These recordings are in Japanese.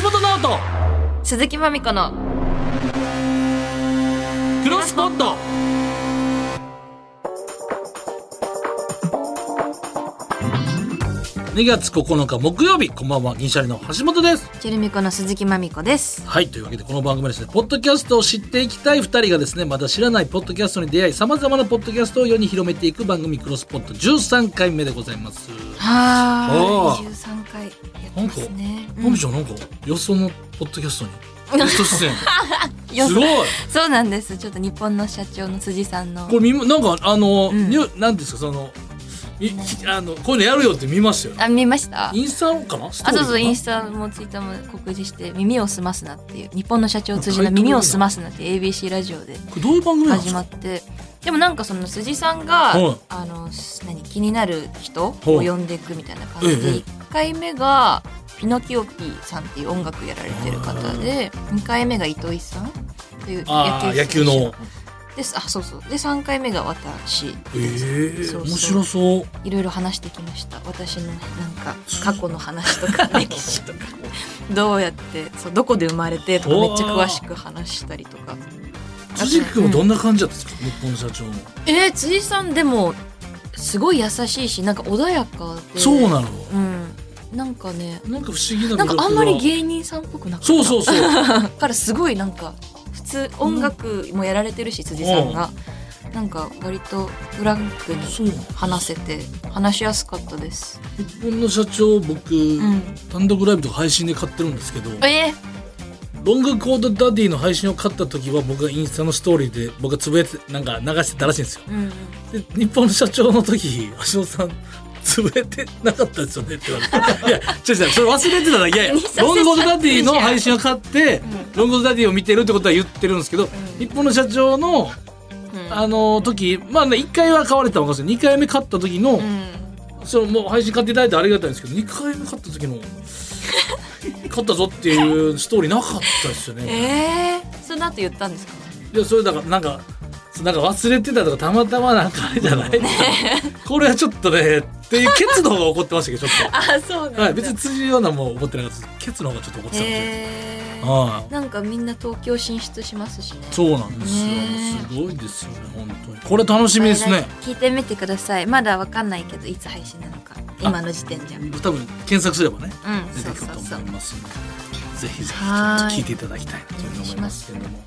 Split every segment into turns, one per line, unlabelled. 橋本直人
鈴木まみこの
クロスポット2月9日木曜日こんばんは銀シャリの橋本です
チェルミコの鈴木まみこです
はいというわけでこの番組はですねポッドキャストを知っていきたい2人がですねまだ知らないポッドキャストに出会いさまざまなポッドキャストを世に広めていく番組クロスポット13回目でございます
は
お
ー
ー
23回やってますね
まみちゃんなんかよそのポッドキャストにゲスト
うん
出演
よ
す
そ
ごい
そうなんですちょっと日本の社長の辻さんの
これ見まなんかあの、
ん
ニュなんですかそのいあのこういうのやるよって見ましたよね
あ見ました
インスタかなストー
あ
リーか
そう
な
そうインスタもツイッターも告示して「耳をすますな」っていう日本の社長を通じた「耳をすますな」っていう ABC ラジオで
これどういう番組なんで
始
す
ま
か
ってでもなんかその辻さんが、
はい
あのす何気になる人を
ほう
呼んでいくみたいな感じで、
ええ
1回目がピノキオピーさんっていう音楽やられてる方で2回目が糸井さんっていう
ああ野
野
球
球選手
の
ですあそうそうで3回目が私
ええ
そうそう
面白そう
いろいろ話してきました私のなんか過去の話とか 歴史とかどうやってそうどこで生まれてとかめっちゃ詳しく話したりとか
辻君はどんな感じだったんですか、日本の社長の
えー、辻さんでもすごい優しいしなんか穏やかで
そうなの
うんなんかね
なんか不思議な魅力
なん
が
かあんまり芸人さんっぽくなかった
そうそうそう
だからすごいなんか普通音楽もやられてるし辻さんがなんか割とフランクに
そうなの
話せて話しやすかったです
日本の社長僕、
うん
単独ライブとか配信で買ってるんですけど
えー、
ロングコードダディの配信を買った時は僕がインスタのストーリーで僕がつぶやいてなんか流してたらしいんですよ
うん
で日本の社長の時橋本さんつぶれてなかったですよねって言われていやちょっとそれ忘れてただけいやいや
見させ
ロングコードダディの
ちゃってるじゃん
配信を買って、ロングコードダディを見てるってことは言ってるんですけど、日本の社長の
うん
あの時まあね1回は買われたのかもしれない2回目買った時の、
うん
そのもう配信買っていただいてありがたいんですけど2回目買った時 の買ったぞっていうストーリーなかったですよね。
えー、その後言ったんですか
いやそれだからなんかなんか忘れてたとかたまたまなんかあれじゃない、 これはちょっとねっていうケツの方が怒ってましたけどちょっ
あそうなん
と、はい、別に辻ようなもん怒ってなかったですケツの方がちょっと怒ってたんで、
えー、
は
なんかみんな東京進出しますしね
いそうなんですよ、
ね
すごいですよね本当にこれ楽しみですね
聞いてみてくださいまだわかんないけどいつ配信なのか今の時点じゃうん
多分検索すればね出
そ
て
う
くる
そう
と
そう
思いますのでぜひぜひちょっと
はい
聞いていただきたいなというふうに思いますけれども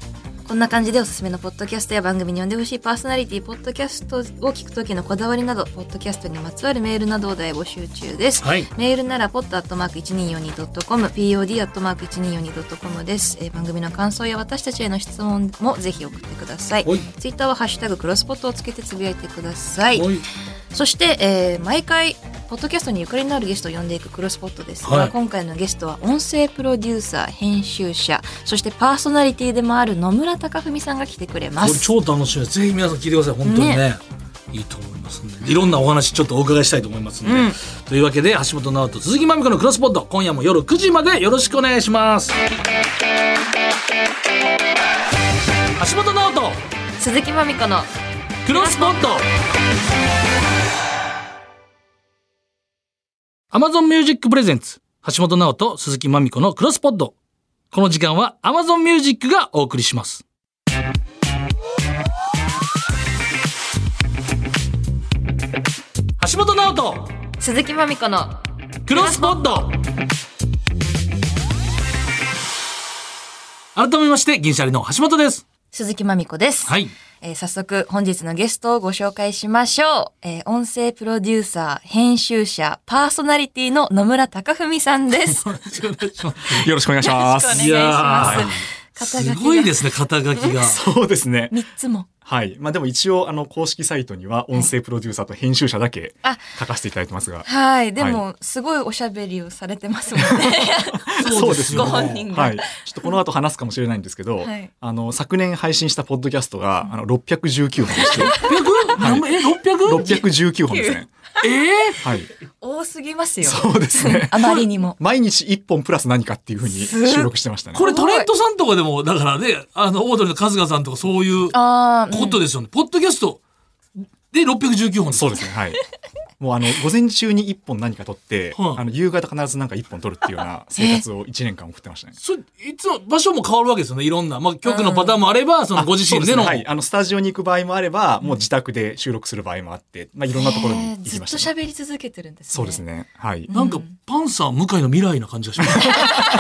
こんな感じでおすすめのポッドキャストや番組に呼んでほしいパーソナリティポッドキャストを聞く時のこだわりなどポッドキャストにまつわるメールなどを大募集中です、
はい
メールなら pod.1242.com pod.1242.com です、えー番組の感想や私たちへの質問もぜひ送ってください
はい
ツイッターはハッシュタグクロスポットをつけてつぶやいてください
はい
そして、えー毎回ポッドキャストにゆかりのあるゲストを呼んでいくクロスポットですが、
はい
今回のゲストは音声プロデューサー編集者そしてパーソナリティでもある野村貴文さんが来てくれま
これ
す。
超楽しみですぜひ皆さん聞いてください本当にね
ね
いいと思いますんでいろんなお話ちょっとお伺いしたいと思いますので、
うん
というわけで橋本直人鈴木まみ子のクロスポッド今夜も夜9時までよろしくお願いします橋本直人
鈴木まみこの
クロスポット Amazon Music Presents 橋本直人鈴木まみ子のクロスポッドこの時間は Amazon Music がお送りします橋本直人
鈴木まみこの
クロスポッド改めまして銀シャリの橋本です
鈴木まみこです。
はい
えー早速本日のゲストをご紹介しましょう、えー音声プロデューサー編集者パーソナリティの野村貴文さんです。よ
よろしくお願いしま
ろしくお願
す。
いしま
いや
す。。
すごいですすね肩書きが
そうですね。
三つも。
はい。まあでも一応、あの、公式サイトには音声プロデューサーと編集者だけ
あ
書かせていただいてますが。
はい、でも、すごいおしゃべりをされてますも んね。
そうですよ
ご本人が。
はい。ちょっとこの後話すかもしれないんですけど、
はい
あの、昨年配信したポッドキャストが、あの、619本でして、
何え、六百？
619本ですね。
ええ
はい。
多すぎますよ。
そうで
。
すね
あまりに も。
毎日1本プラス何かっていうふうに収録してましたね。
これタレントさんとかでもだからね、あのオードリーの春日さんとかそういうこ
ああ、うん
とですよね。ポッドキャストで六百十九本。
そうですね。はい。もうあの午前中に1本何か撮って、
はい
あの夕方必ず何か1本撮るっていうような生活を1年間送ってましたね。
それいつも場所も変わるわけですよねいろんな、まあ、局のパターンもあれば、そのご自身での
あそうすねはい、あのスタジオに行く場合もあれば、もう自宅で収録する場合もあって、まあ、いろんなところに
へ
行
ー
き
ずっ
ま
と
した、ね。
喋り続けてるんですね。
そうです。ね。はい。
なんかパンサー向井の未来な感じがします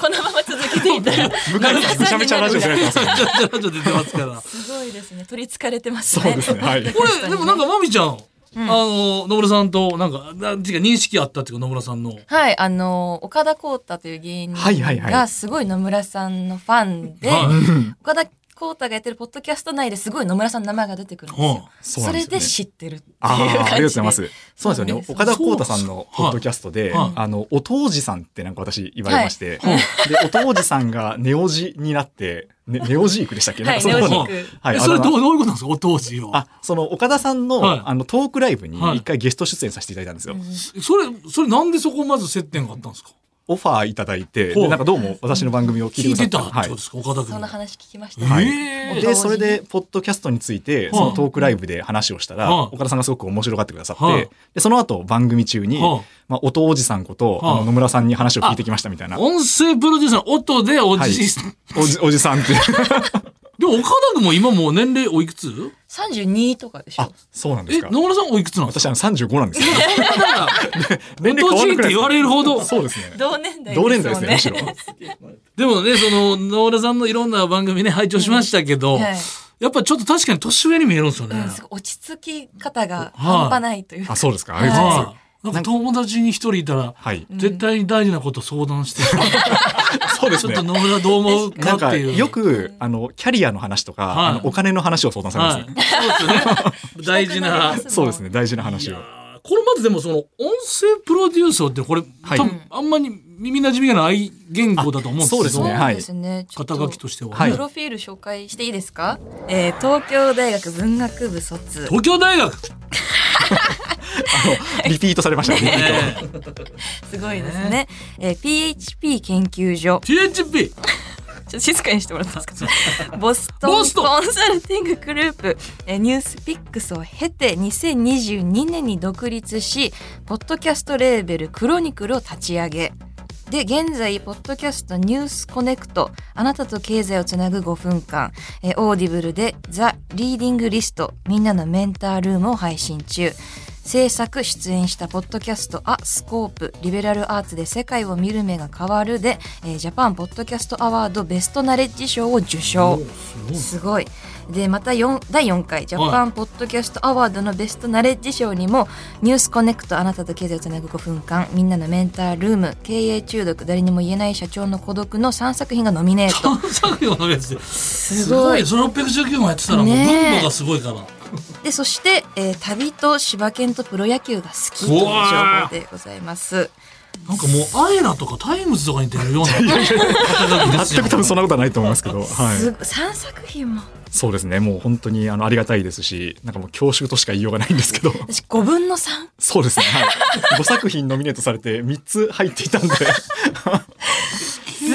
このまま続けていたら
向井さんめちゃめちゃラジオ出られてますね。
ちょちょちょ出てますから。
すごいですね。取りつかれてますね。
そうです ねはい
これ、でもなんか、まみちゃん、
ん
あの、野村さんと、なんか、なんていうか認識あったっていうか、野村さんの。
はい、あの岡田康太という芸人
はいはいはい
がすごい野村さんのファンで、
はい
岡田康太がやってるポッドキャスト内ですごい野村さんの名前が出てくるんです
は
よ。
あ
そう
そ
なん
れ
すよね
で知ってるっていう
あ
感
ー
じで。
ありがとうございます。そうなんですよね。
そう
岡田光太さんの
そう
ポ
なんです
ッドキャストで、
はい
あの、お父じさんってなんか私言われまして、
はい
で、お父じさんがネオジになって、ね、ネオジークでしたっけなん
は
か
い、ネ
そ
オ
の
ジ
方
ー
の
ク。
はい
えそれ
あ
ど
の
うどういうことなんですかお当時の。
あ、その岡田さんの、
はい
あの、トークライブに
はい
一回ゲスト出演させていただいたんですよ。
それ、それなんでそこまず接点があったんですか
オファーいただいて、
ほう
でなんかどうも私の番組を聞い
聞
て
い
くだ
て
さ
たって
った。は
こと
い
で。すか岡田
そ
君
んな。話聞きました。
はい
え
同
え
時
で、
に
それで、ポッドキャストについて、そのトークライブで話をしたら、
はい
岡田さんがすごく面白がってくださっ
はい
て、で、その後番組中に、
はい
まあ、音おじさんこと、
はい
あの野村さんに話を聞いてきましたみたいな。
音声プロデューサーの音でおじい、
おじ、おじさんって。
でも岡田君も今もう年齢おいくつ
三十二とかでし
あ
ょ。、
そうなんで
え、
すか
野。村さんおいくつなんです
私
か
あの35なんですよ。
だから、
年
おじいって言われるほど。
そうですね。
同 年代
同年代ですね、
もん
むし
でもね、その、野村さんのいろんな番組ね、拝聴しましたけど、
はい
やっぱちょっと確かに年上に見えるんですよね。
うん、すごい落ち着き方が半端ないという
ろ。あ、
か。
そうですか。ありがとうございま
はいなんか友達に一人いたら、
はい
絶対に大事なこと相談して、
す。そうで
ち
す
ょっ
ね
と。野村どう思う
な
か
ん
っ
か、
ていう。
よく、あの、キャリアの話と
は
か、
い
あのお金の話を相談されます
は
ね
い。。そうですよね。大事な。
い
そうですね。大事な話を。
あーこれまずでもその、音声プロデューサーってこれ、
はい
多分あんまり耳馴染みがない言語だと思うんですけど、
あそうですね
そうですね。ちょっ
肩書きとしては、
はい
プロフィール紹介していいですか、えー東京大学文学部卒
東京大学
あの、リピートされ ましたね。リピート
えー
すごいですね、えー PHP 研究所
PHP!
ちょっと静かにしてもらっていいですかボスト
ボ
ン
ストン
コンサルティンググループ、えーニュースピックスを経て2022年に独立しポッドキャストレーベルクロニクルを立ち上げで現在ポッドキャストニュースコネクトあなたと経済をつなぐ5分間、えーオーディブルでザ・リーディングリストみんなのメンタールームを配信中制作出演したポッドキャスト「ア・スコープリベラルアーツで世界を見る目が変わるで」えージャパンポッドキャストアワードベストナレッジ賞を受賞すごいでまた四第4回ジャパンポッドキャストアワードのベストナレッジ賞にも「ニュースコネクトあなたと経済をつなぐ5分間」「みんなのメンタールーム」「経営中毒誰にも言えない社長の孤独」の3作品がノミネート
探索業のやつで。
す
それ619もやってたらもう
ねえ
分母がすごいから。
でそして、えー旅と柴犬とプロ野球が好きという情報でございます
なんかもうアイラとかタイムズとかに出るような肩書きです
全
よ
く多分そんなことはないと思いますけ ど、
す
は
ご3作品も
い、そうですねもう本当にあのありがたいですしなんかもう恐縮としか言いようがないんです けど
私5分の 3?
そうですね、はい、5作品ノミネートされて3つ入って いたんで
すごい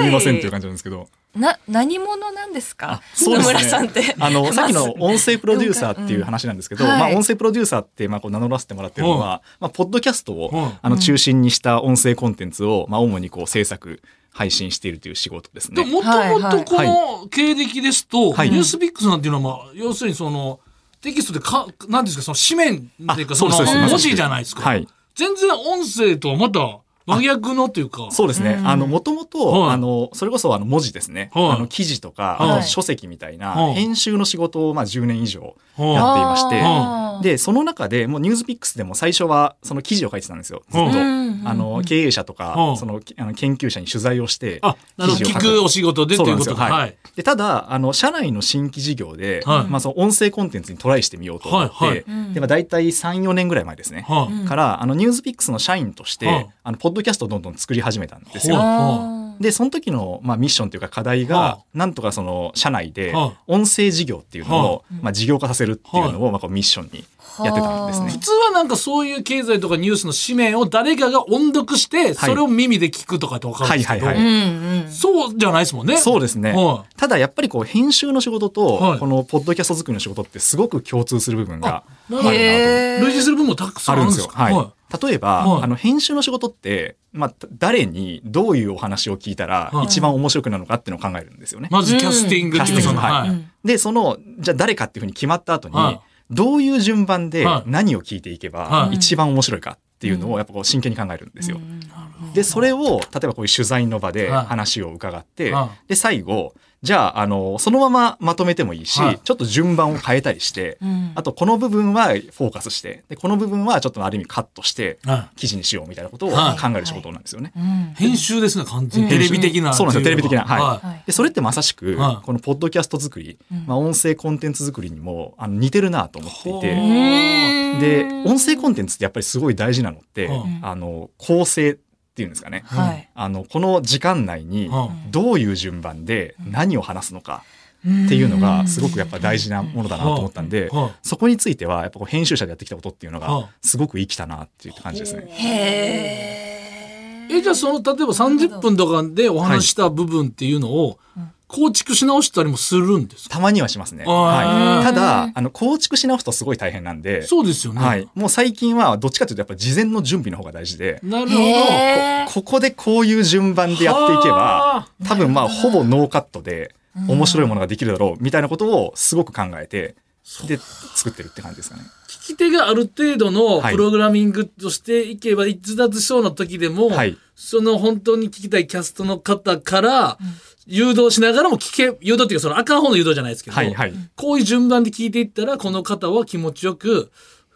すいませんっていう感じなんですけど
な何者なんですか
そう
野
で
村
すね
さんって
あのさっき の
まず
音声プロデューサーっていう話なんですけど、
うんはい
まあ、音声プロデューサーってまあこう名乗らせてもらってるのは、まあ、ポッドキャストを、
うん
あの中心にした音声コンテンツを、まあ、主にこう制作配信しているという仕事です
で
ね。
もともとこの経歴ですと、
はい
ニュースビックスなんていうのは、まあ、要するにその、テキストでか、なんていうんですか、その紙面っていうか、
あ
その
そうですそうです
文字じゃないですか。
はい
全然音声とはまた真逆のというか。
そうですね。
うん
あの、もともと、
はい
あの、それこそ、あの、文字ですね。
はい
あの、記事とか、
はい
あの書籍みたいな
はい、
編集の仕事を、まあ、10年以上
はい
やっていまして、
あー
で、その中で、もう、ニュースピックスでも最初は、その記事を書いてたんですよ。ずっ
はい
と。
うん
あの、経営者とか、
はい
その、あの研究者に取材をして、
あ、なるほど
記
聞
事を書
くお仕事でと
そう
い
な
うんこ
です
と
よ。
で。は
はいい。。で、ただ、あの、社内の新規事業で、
はい
まあ、その音声コンテンツにトライしてみようと思って、
はいはい
うん
で、まあ、大体3、4年ぐらい前ですね。
は
うん
い。
から、あの、ニュースピックスの社員として、
はい
あの、ポッドキャストをどんどん作り始めたんですよ。
はい
あー
で、その時の、まあ、ミッションというか課題が、
はあ
なんとかその、社内で
は、
音声事業っていうのを、
は
あ
まあ、事業化させるっていうのを、まあ、こうミッションにやってたんです
普
ね。
通はなんかそういう経済とかニュースの紙面を誰かが音読して、それを耳で聞くとかってわかるんですけど、
はいは
う
い
んうん。
そうじゃないですもんね。
そうですね。
は
ただ、やっぱりこう、編集の仕事
は
と
い、
この、ポッドキャスト作りの仕事って、すごく共通する部分が
い。な
あ
んか
るなと思って。
類似する部分もたくさ
あ
んあ
る
る
ん
ん
で
ですす
よ。
か
はい。
は
例えば、
はい
あの編集の仕事って、まあ、誰にどういうお話を聞いたら
はい
一番面白くなるのかっていうのを考えるんですよね
い。まずキャスティングっていう
うん
その
キャスティング
は
う
い。
ん
で、その、じゃあ誰かっていうふうに決まった後に、
はい
どういう順番で
はい
何を聞いていけば
はい
一番面白いかっていうの
うん
をやっぱこう真剣に考えるんですよ
う。んうん
で、それを、例えばこういう取材の場で
はい
話を伺って
は、
で、最後、じゃあ、あの、そのまままとめてもいいし
はい、
ちょっと順番を変えたりして、
うん
あと、この部分はフォーカスして、で、この部分はちょっとある意味カットして、
はい
記事にしようみたいなことを考
はい
える仕事なんですよね。
うん
編集ですね、完全に。
う
テ
ん
レビ的な。
そうなんですよテレビ的なはい
はい
でそれってまさしく、
はい
このポッドキャスト作り、
うん
まあ、音声コンテンツ作りにもあの似てるなと思ってい
ほ
て
うん
で音声コンテンツってやっぱりすごい大事なのって、
うん
あの構成っていうんですかね
はい
あのこの時間内に
うん
どういう順番で何を話すのか
っ
っていうのがすごくやっぱ大事なものだなと思ったんで
はい
そこについてはやっぱこう編集者でやってきたことっていうの
はい
がすごく生きたなっていう感じですね。
へー
えじゃあその例えば30分とかでお話した部分っていうのを
うん
構築し直したりもするんですか、
たまにはしますね。
あー
はい、た
うん
だあの構築し直すとすごい大変なんで、
そうですよね、
はい、もう最近はどっちかというとやっぱ事前の準備の方が大事で、
なるほど
へー
ここでこういう順番でやっていけば
はあ
多分まあほぼノーカットで
うん
面白いものができるだろうみたいなことをすごく考えて
そう
で作ってるって感じですかね。
聞き手がある程度の
はい
プログラミングとしていけば逸脱しそうな時でも、
はい
その本当に聞きたいキャストの方から誘導しながらも聞け誘導っていうかその赤方の誘導じゃないですけど、
はいはい
こういう順番で聞いていったらこの方は気持ちよく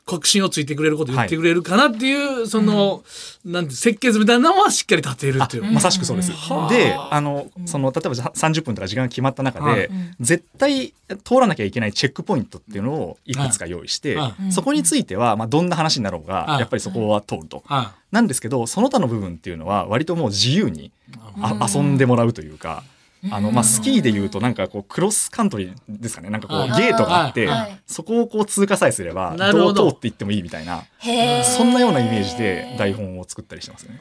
確信をついてくれること言ってくれるかなっていう、その、なんて設計図みたいなのはしっかり立てる
あ
っていう。
まさしくそうです
はあ。
であのその例えば30分とか時間が決まった中
はい
で絶対通らなきゃいけないチェックポイントっていうのをいくつか用意して
は
あ
そこについてはまあどんな話になろう
は
が
あ
やっぱりそこは通ると。
は
なんですけどその他の部分っていうのは割ともう自由にあ
うん
遊んでもらうというか。あのまあ、スキーでいう
う
となんかこうクロスカントリーですかねなんかこ
は
う
い
ゲートがあって
はい
はい
そこをこう通過さえすれば
なる
ど
ほ
う
ど
通っていってもいいみたいな
へー
そんなようなイメージで台本を作ったりしてますね。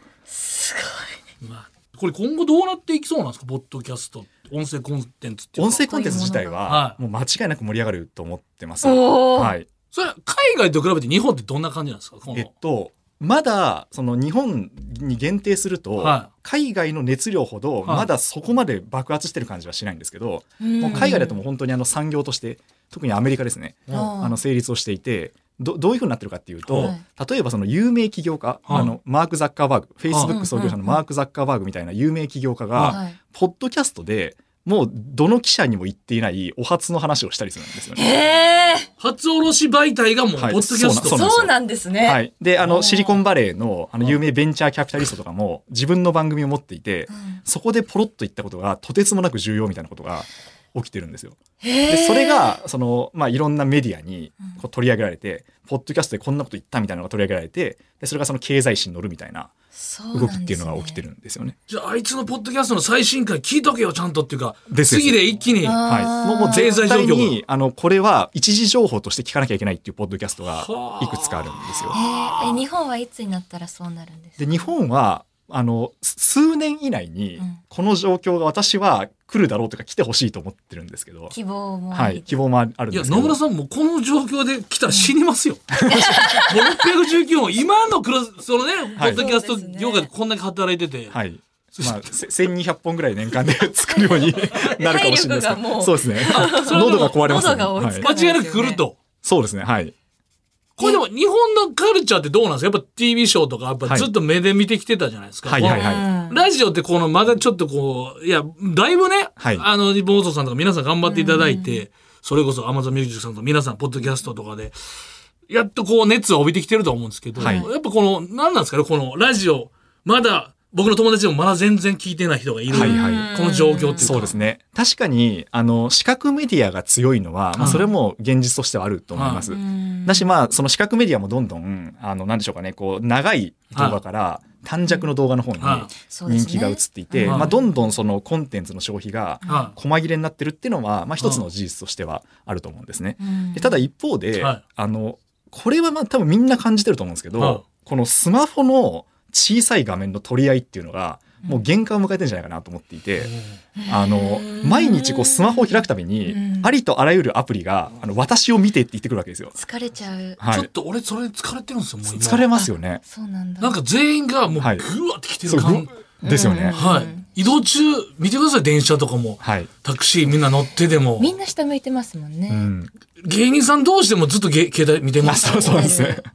いまあ、これ今後どうなっていきそうなんですかポッドキャスト音声コンテンツっていうのは
音声コンテンツ自体は
はい
もう間違いなく盛り上がると思ってます。
おー
はい、
それは海外と比べて日本ってどんな感じなんですかこの
えっとまだその日本に限定すると
は
海外の熱量ほど
はい
まだそこまで爆発してる感じはしないんですけど、もう海外だともう本当にあの産業として特にアメリカですね、
うん
あの成立をしていてどどういうふうになってるかっていうと、
はい
例えばその有名起業家、
はい
あのマーク・ザッカーバーグフェイスブッ
はい
ク創業者のマーク・ザッカーバーグみたいな有名起業家が、
は
はい
ポッドキャストでもうどの記者にも言っていないお初の話をしたりするんですよね。
へー
初卸し媒体がもうポッ
はい
ドキャスト、
そうなんですよ
そうなんですね。
はい、であ
おー
のシリコンバレーのあの
はい
有名ベンチャーキャピタリストとかも自分の番組を持っていて
うん
そこでポロッと言ったことがとてつもなく重要みたいなことが起きてるんですよ。
へ
で
ー
それがその、まあ、いろんなメディアに
うん
こう取り上げられて、ポッドキャストでこんなこと言ったみたいなのが取り上げられてでそれがその経済誌に乗るみたいな動きっていうのが起きて。るんですよね。
じゃああいつのポッドキャストの最新回聞いとけよちゃんとっていうか
ですです
次で一気に
あ
はい、
ー
もうもう
経済
絶
状況
対
が
にあのこれは一時情報として聞かなきゃいけないっていうポッドキャストが
はあ
いくつかあるんですよ
そう。なんですねへーえ日本はいつになったらそうなるんですか
で日本はあのす数年以内に
うん
この状況が私は来るだろうとか来てほしいと思ってるんですけど、
希望もあ
は
り
い、希望もあるん
い
で
や
すけど
野村さんもうこの状況で来たら死に ますよ。もう619も今のクロスそのね、ポ
はい
ッドキャスト業界でこんだけ働いてて、
はいまあ、せ1200本ぐらい年間で 作るよう になるかもしれないですけ
体力がもう
どそうですね
それでも
喉が壊れますよね、
喉が追い
は
つ
い
か、
間違いなく来ると。
そうですねはい
これでも日本のカルチャーってどうなんですかやっぱ TV ショーとかやっぱ
はい
ずっと目で見てきてたじゃないですか。
はいはいはい
このラジオってこのまだちょっとこう、いや、だいぶね、
はい
あの、ボーゾさんとか皆さん頑張っていただいて、それこそ Amazon Music さんとか皆さんポッドキャストとかで、やっとこう熱を帯びてきてると思うんですけど、
はい
やっぱこの、何なんですかねこのラジオ、まだ、僕の友達でもまだ全然聞いてない人がいる。
はい
うん
はい
この状況っていうか。
そうですね確かにあの視覚メディアが強いのは、まあ、
うん
それも現実としてはあると思います、
うん
だしまあその視覚メディアもどんどんあのなんでしょうかねこう長い動画から短尺の動画の方に
は
そうです
人
ね
気が移っていて、
はい
まあ、どんどんそのコンテンツの消費が
は
細切れになってるっていうのは、まあ、一つの事実としてはあると思うんですね。
うん
でただ一方で、
はい
あのこれはまあ多分みんな感じてると思うんですけど、
はい
このスマホの小さい画面の取り合いっていうのがもう限界を迎えてるんじゃないかなと思っていて、あの毎日こうスマホを開くたびに、
うん
ありとあらゆるアプリがあの私を見てって言ってくるわけですよ。
疲れちゃう。
い、
は
ちょっ
い、
と俺それ疲れてるんですよもう今
疲れますよね。
そうなんだ。
なんか全員がもうグ
はい
ワってきて
そ
る
う
感、
ぐですよね。
うん
はい移動中見てください電車とかも
はい。
タクシーみんな乗ってでも
みんな下向いてますもんね。
うん。
芸人さん同士でもずっとゲ携帯見て
まあ
ます
そうそうなんですね。だか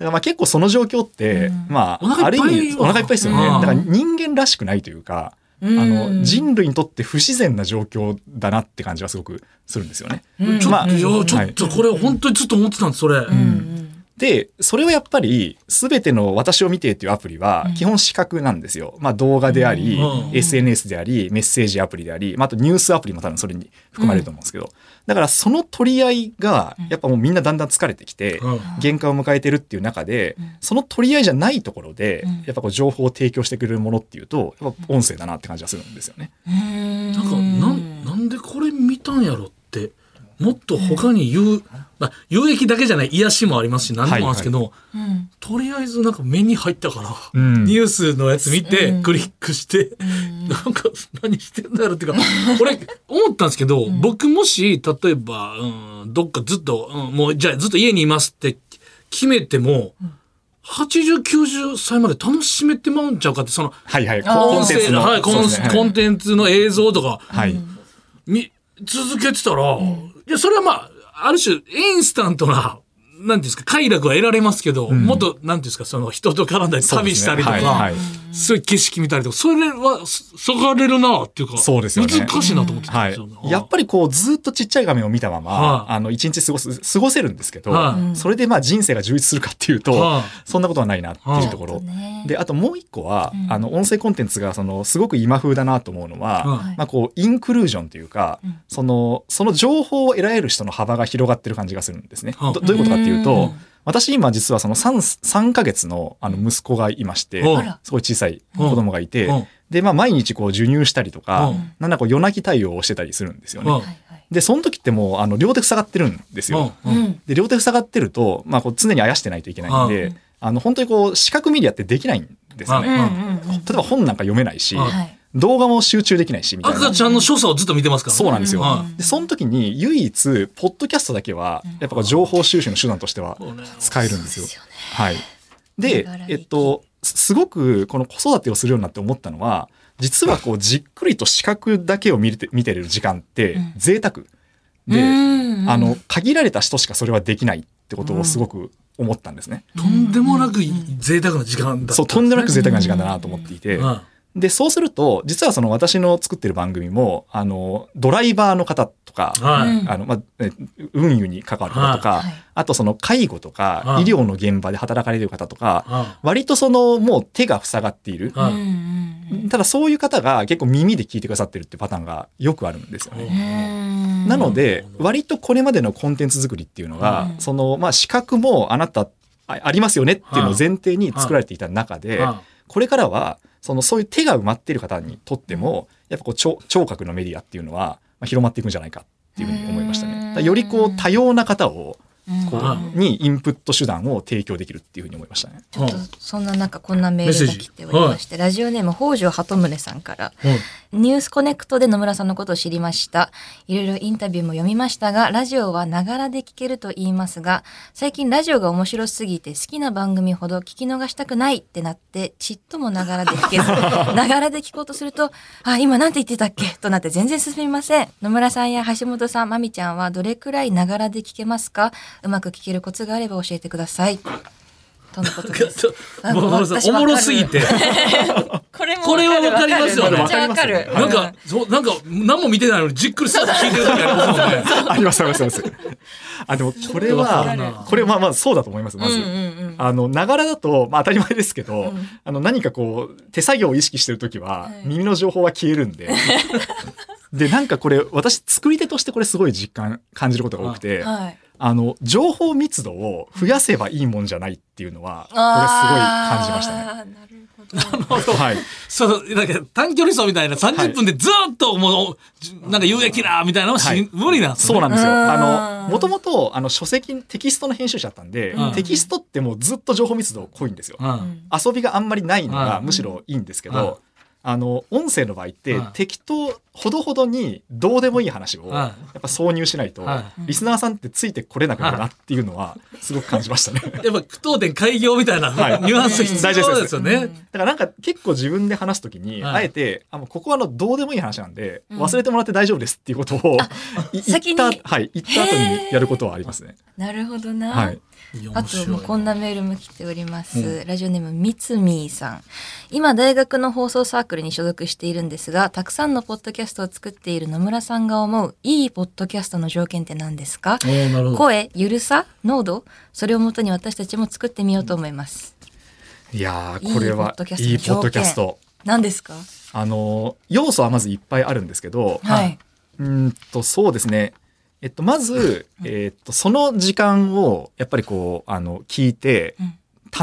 らまあ結構その状況って、
うん
ま
お
ああ
腹いっ
る意
ぱい
味お腹いっぱいですよね。
うん
だから人間らしくないというか、
うん
あの人類にとって不自然な状況だなって感じはすごくするんですよね。
うん
ちょ
まあ
っと、いやちょ
は
っ
い
とこれ本当にずっと思ってたんですそれ、
うんうん
でそれはやっぱり全ての「私を見て」っていうアプリは
うん
基本視覚なんですよ。まあ、動画であり、
うん
SNS でありメッセージアプリであり、まあ、あとニュースアプリも多分それに含まれると思うんですけど、だからその取り合いがやっぱもうみんなだんだん疲れてきて、
うん
限界を迎えてるっていう中で、
うん
その取り合いじゃないところで、
うん
やっぱこう情報を提供してくれるものっていうとやっぱ音声だなって感じがするんですよね。
うん
なんかなんなんでこれ見たんやろってもっと他に有,、まあ、有益だけじゃない癒しもありますし何でもあるんですけど、
うん
とりあえずなんか目に入ったから、
うん
ニュースのやつ見て、
うん
クリックして、
うん
なんか何してんだろうっていうかこれ思ったんですけど、僕もし例えば、うん、どっかずっと、うん、もうじゃあずっと家にいますって決めても、8090歳まで楽しめてまうんちゃうかってその
はいはい、
あー
コンテンツの、
はいコ
そう
ン
ですね
コンテンツの映像とか。
はい、
見続けてたら、いやそれはまあある種インスタントななんていうんですか快楽は得られますけど、
ん
もっとなんていうんですかその人と絡んだり
そうで
旅し
すね
たりとか。
はいはい
そういう景色見たりとか、それは、そそがれるなっていうか、
そうですよね
難しいなと思ってたん
は
ですよね。
い、やっぱりこうずっとちっちゃい画面を見たまま、
はい
あの一日過ごす過ごせるんですけど、
はい
それでまあ人生が充実するかっていうと、
はい
そんなことはないなっていうところ、
ちょっとね
であともう一個は、
うん
あの音声コンテンツがそのすごく今風だなと思うのは、
はい
まあ、こうインクルージョンというか、
うん
そのその情報を得られる人の幅が広がってる感じがするんですね。
うん
どどういうことかっていうと、
うん
私今実はその 3, 3ヶ月のあの息子がいまして、
うん
あら
すごい小さい子供がいて、
うん
で、まあ、毎日こう授乳したりとか、
うん
なんだこう夜泣き対応をしてたりするんですよね。
うん
はいはい
でその時ってもうあの両手塞がってるんですよ。
うんうん
で両手塞がってると、まあ、こう常にあやしてないといけないんで、
うん
あの本当にこう視覚メディアってできないんですよ
うん
ね。
うん
例えば本なんか読めないし、
うん
はい
動画も集中できないしみたいな
赤。ちゃんの所作をずっと見てますからね、
そうなんですよ、
は
でその時に唯一ポッドキャストだけはやっぱこう情報収集の手段としてはい
そうね
使えるんですよ。
そうね
はい、で
ながら、
え
でき
っと、すすごくこの子育てをするようになって思ったのは実はこうじっくりと視覚だけを見れて見てる時間って
うん
贅沢で、
うんうん
あの限られた人しかそれはできないってことをすごく思ったんですね。
とんでもなく贅沢な時間だった
そうとんでもなく贅沢な時間だなと思っていて、
うん
でそうすると実はその私の作ってる番組もあのドライバーの方とか、
はい
うん
あのまあ、え運輸に関わる方とか、
はい
あとその介護とか
はい
医療の現場で働かれてる方とか
は
割とそのもう手が塞がっている
はい
うんうん
ただそういう方が結構耳で聞いてくださってるってパターンがよくあるんですよ
い
ね。
うん
なので
うん
割とこれまでのコンテンツ作りっていうのが
うん
そのまあ資格もあなたあありますよねっていうのを前提に作られていた中で
は
これからはそのそういう手が埋まっている方にとってもやっぱこう聴聴覚のメディアっていうのはまあ広まっていくんじゃないかっていうふうに思いましたね。
うん
だからよりこう多様な方をこ
は
うにインプット手段を提供できるっていうふうに思いましたね。
ちょっとそんな中こんなメールが来ておりまして、ラジオネーム北条鳩宗さんから
いはい
ニュースコネクトで野村さんのことを知りました。いろいろインタビューも読みましたが、ラジオはながらで聞けると言いますが、最近ラジオが面白すぎて好きな番組ほど聞き逃したくないってなって、ちっともながらで聞 けず、ながらで聞こうとすると、あ、今なんて言ってたっけとなって全然進みません。野村さんや橋本さん、まみちゃんはどれくらいながらで聞けますかうまく聞けるコツがあれば教えてください。とのことです。あ
もうごめんなさい
私
おもろすぎて。
これも
これはわかりますよね
めっちゃわかる。
わ
なんか、そう、なんか、何も見てないのに、じっくりさ、聞いてる時ありますもんね。
ありますありますあります。 あでもこれ
わかるな
はこれまあまあそうだと思いますまず。
うんうんうん
あのながらだと、まあ、当たり前ですけど、
ん
あの何かこう手作業を意識してる時は、
はい
耳の情報は消えるんで でなんかこれ私作り手としてこれすごい実感感じることが多くて、
はい。
あの情報密度を増やせばいいもんじゃないっていうのはこれすごい感じましたね。
たね。なるほど。
はい、
その、なんか短距離走みたいな30分でずーっともう、じなんか有益な、みたいなのはし、
はい
無理なんです
そ
よ
う
ね。
なんですよ。
うん
あの、もともと、あの、書籍、テキストの編集者だったんで、
うん
テキストってもうずっと情報密度濃いんですよ。
な
うん
遊 びがあんまりないのが
うん
むしろいいんですけど、
うん
あの、音声の場合って
うん、
適当、ほどほどにどうでもいい話を、
うん
やっぱ挿入しないと、
は
リスナーさんってついてこれなくなるなっていうのは、すごく感じましたね。
やっぱ、句読点開業みたいな、
はい
ニュアンス必
大事
要
です
ですよね。。
だからなんか結構自分で話すときに、
はい
あえてあもうここはあのどうでもいい話なんで、
うん
忘れてもらって大丈夫ですっていうことをい
先
言
に
った、はい、言った後にやることはありますね。
なるほどな。
はい、
いや
あ
面
と
白いな
もうこんなメールも来ております、
う
ラジオネームみつみーさん今大学の放送サークルに所属しているんですがたくさんのポッドキャストを作っている野村さんが思ういいポッドキャストの条件って何ですか
おーなるほど。
声ゆるさ濃度それをもとに私たちも作ってみようと思います
いやーこれはいい
い
い
ポ
ポ
ッ
ッ
ド
ド
キ
キ
ャ
ャ
ス
ス
ト
ト。
何ですか
あの要素はまずいっぱいあるんですけど、
はい
あうーんとそうですね。えっとまず、えっとその時間をやっぱりこうあの聞いて
うん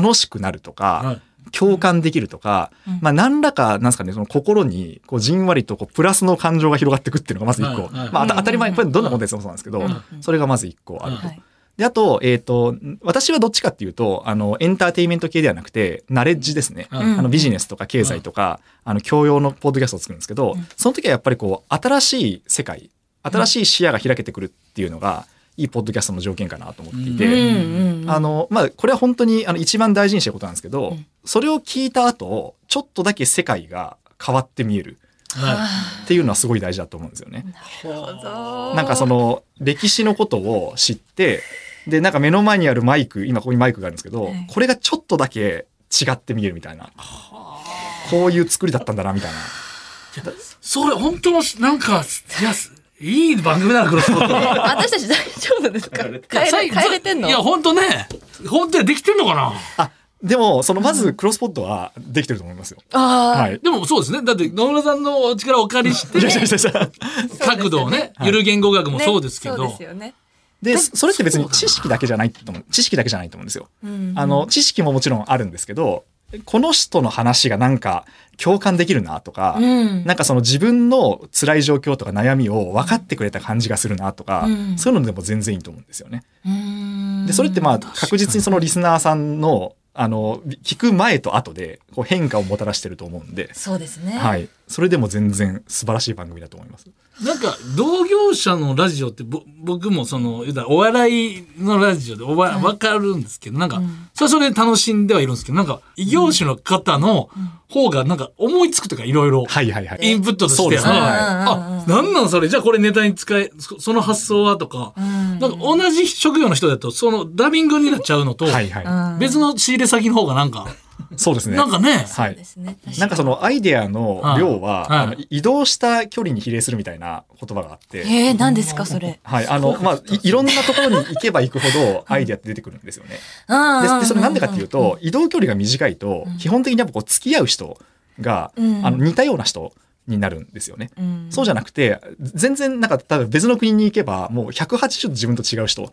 楽しくなるとか、
はい
共感できるとか、
うん
まあ何らか、なんですかね、その心に、こう、じんわりと、こう、プラスの感情が広がっていくっていうのがまず一個。
はいはい
まあ、た当たり前、
うん
これどんなコンテンツもそうなんですけど、
うん
それがまず一個ある
うん
と。
はい
で、あと、えっ、と、私はどっちかっていうと、あの、エンターテインメント系ではなくて、ナレッジですね。
うん
あのビジネスとか経済とか、あの教養のポッドキャストを作るんですけど、
うん
その時はやっぱりこう新しい世界新しい視野が開けてくるっていうのがいいポッドキャストの条件かなと思っていて、
うん
あのまあ、これは本当にあの一番大事にしてることなんですけど、
うん
それを聞いた後ちょっとだけ世界が変わって見える
は
っていうのはすごい大事だと思うんですよね。
い。
は
なんかその歴史のことを知ってでなんか目の前にあるマイク今ここにマイクがあるんですけど、
はい
これがちょっとだけ違って見えるみたいなこういう作りだったんだなみたいな。
それ、本当の、なんか、いや、いい番組だな、クロスポット。
私たち大丈夫ですか
いやさ
変え
い
変えれてんの
いや、本当ね。本当にできてんのかな
あでもそのまずクロスポットはできてると思いますよ。
あー
はい。
でもそうですね。だって、野村さんのお力をお借りして
いやいやいやいや
角度をね、
はい
ゆる言語学も
ね
そうですけ
そう
ど
です、よね
でそれって別に知識だけじゃないと思う知識だけじゃないと思うんですよ。
うん
あの知識ももちろんあるんですけどこの人の話がなんか共感できるなとか、
うん
なんかその自分の辛い状況とか悩みを分かってくれた感じがするなとか、
うん
そういうのでも全然いいと思うんですよね。
で
でそれってまあ
確かに
確実にそのリスナーさんのあの聞く前と後でこう変化をもたらしてると思うんで、
そうですね。
はい、それでも全然素晴らしい番組だと思います。
なんか同業者のラジオってぼ僕もその言うたらお笑いのラジオでおわ、
はい
わかるんですけどなんか、
うん
それはそれで楽しんではいるんですけどなんか異業種の方の方がなんか思いつくというかいろいろ
はいはいはい。
インプットと
そ
し
う
て、
ですね
はい
はい
あなんなんそれじゃあこれネタに使えそその発想はとか、
うん
なんか同じ職業の人だとそのダビングになっちゃうのと、
はいは
うん
別の仕入れ先の方がなんか、
い。そうですね。
なんかね、
そうですね。
なんかそのアイデアの量
は
は、
いはい
あの移動した距離に比例するみたいな言葉があって、
えー、何ですかそれ。
はい、あの、まあい、いろんなところに行けば行くほどアイデアって出てくるんですよね。で
で
でそれなんでかっていうと、移動距離が短いと、基本的にやっぱこう付き合う人が、
うん
あの似たような人になるんですよね。
うん
そうじゃなくて全然なんか多分別の国に行けばもう180度自分と違う人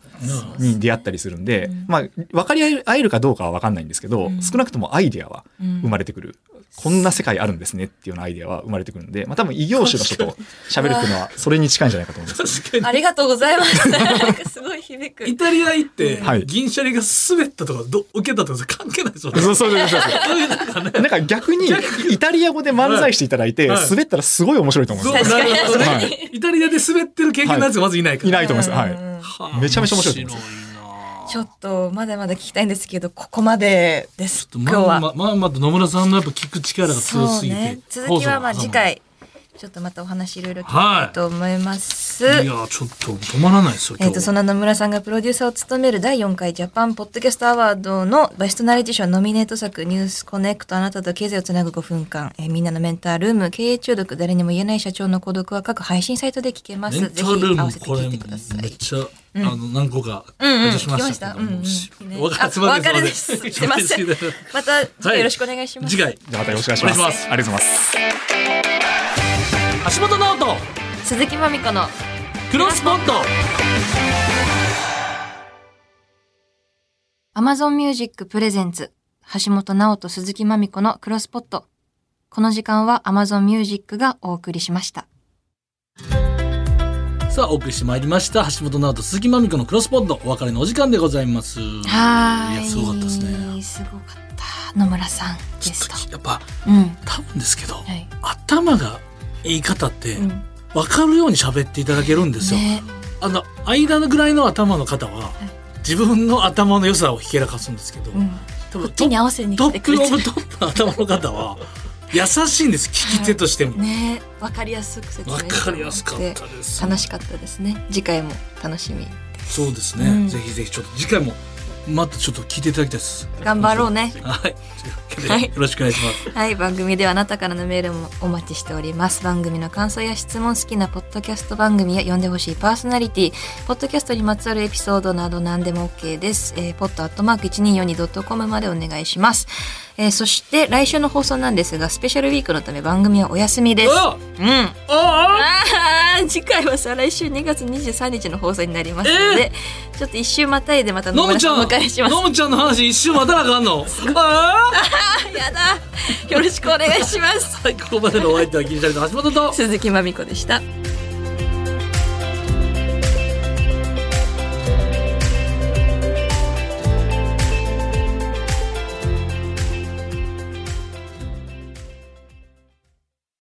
うん
に出会ったりするんで、
うん
まあ、分かり合えるかどうかは分かんないんですけど、
うん
少なくともアイデアは
うん
生まれてくる、こんな世界あるんですねっていうようなアイデアは生まれてくるんで、まあ、多分異業種の人と喋るっていうのはそれに近いんじゃないかと思います。
確かに
ありがとうございました。なんかすごい響く。
イタリア行って、
はい
銀シャリが滑ったとかど受けたとかそれ関係ないですよね。
そうそうそうそうそ
そういうなんかね
うなんか逆にイタリア語で漫才していただいて
はい
滑ったらすごい面白いと思うん
そう
で
な
すよ。
るほどね
はい
イタリアで滑ってる経験のやつまずいないから。
いないと思います。は
う
い。
ん
はあ
めちゃめちゃ面白い
面
と思い
白いな
ちょっとまだまだ聞きたいんですけどここまでです。今日
まあま
は
あ。まあまあと野村さんのやっぱ聞く力が強
そう
すぎて、
ね。続きはまあ次回ちょっとまたお話いろいろ聞きたいと思います。
放送がいやーちょっと止まらないですよ
え
今
ー、とそ
日
んな野村さんがプロデューサーを務める第4回ジャパンポッドキャストアワードのベストナレーティションノミネート作「ニュースコネクトあなたと経済をつなぐ5分間」えーみんなのメンタールーム」経営中毒誰にも言えない社長の孤独は各配信サイトで聞けます
メン
ぜ
タ
ひ
ルル
合
ー
わ
ム
せて
これ
聞い
め
てください
っちゃ、あの何個か
うんうん
おしましたけども、
聞きましたうんうん
もう
あお別れですすいませんまた次回よろしくお願いしま す、
次回
じゃあまたよろしくお願いします。
お願いします
ありがとうございます。
橋本直人
鈴木まみこの
クロスポット
Amazon Music Presents 橋本直人鈴木まみ子のクロスポット。この時間は Amazon Music がお送りしました。
さあお送りしてまいりました橋本直人鈴木まみ子のクロスポッドお別れのお時間でございます
はーい。
やすごかったですね
すごかった。野村さんゲ
ち
スト。
ょっとやっぱ
うん。
多分ですけど、
はい。
頭が言い方って
うん。
分かるように喋っていただけるんですよ、
ね
あの間のぐらいの頭の方は、自分の頭の良さをひけらかすんですけど、
うん。
多
こ
分
っちに合わせに
ト
来て
ッ
く
プ
れ
オ
て
ブ
る。
トップの頭の方は優しいんです聞き手としても、
ねわかりやすく説明
分かりやすかった
で
です
楽しかったですね。次回も楽しみ。
そうですね、
うん
ぜひぜひちょっと次回もまたちょっと聞いていただきたいです
頑張ろうね
はいというわけで
はい
よろしくお願いします
はい、番組ではあなたからのメールもお待ちしております。番組の感想や質問、好きなポッドキャスト番組や呼んでほしいパーソナリティ、ポッドキャストにまつわるエピソードなど何でも OK です。えー、pod.1242.com までお願いします。えー、そして来週の放送なんですが、スペシャルウィークのため番組はお休みです。
あ
うん。
ああ
あー次 回は再来週2月23日の放送になりますので、ちょっと一周またいでまた野
のむ
村
ち
さ
ゃ
ん
ん
お迎えします
の。むちゃんの話一瞬待たなあかんのああ
やだよろしくお願いします
はいここまでのお相手は銀シャリの橋本と
鈴木まみこでした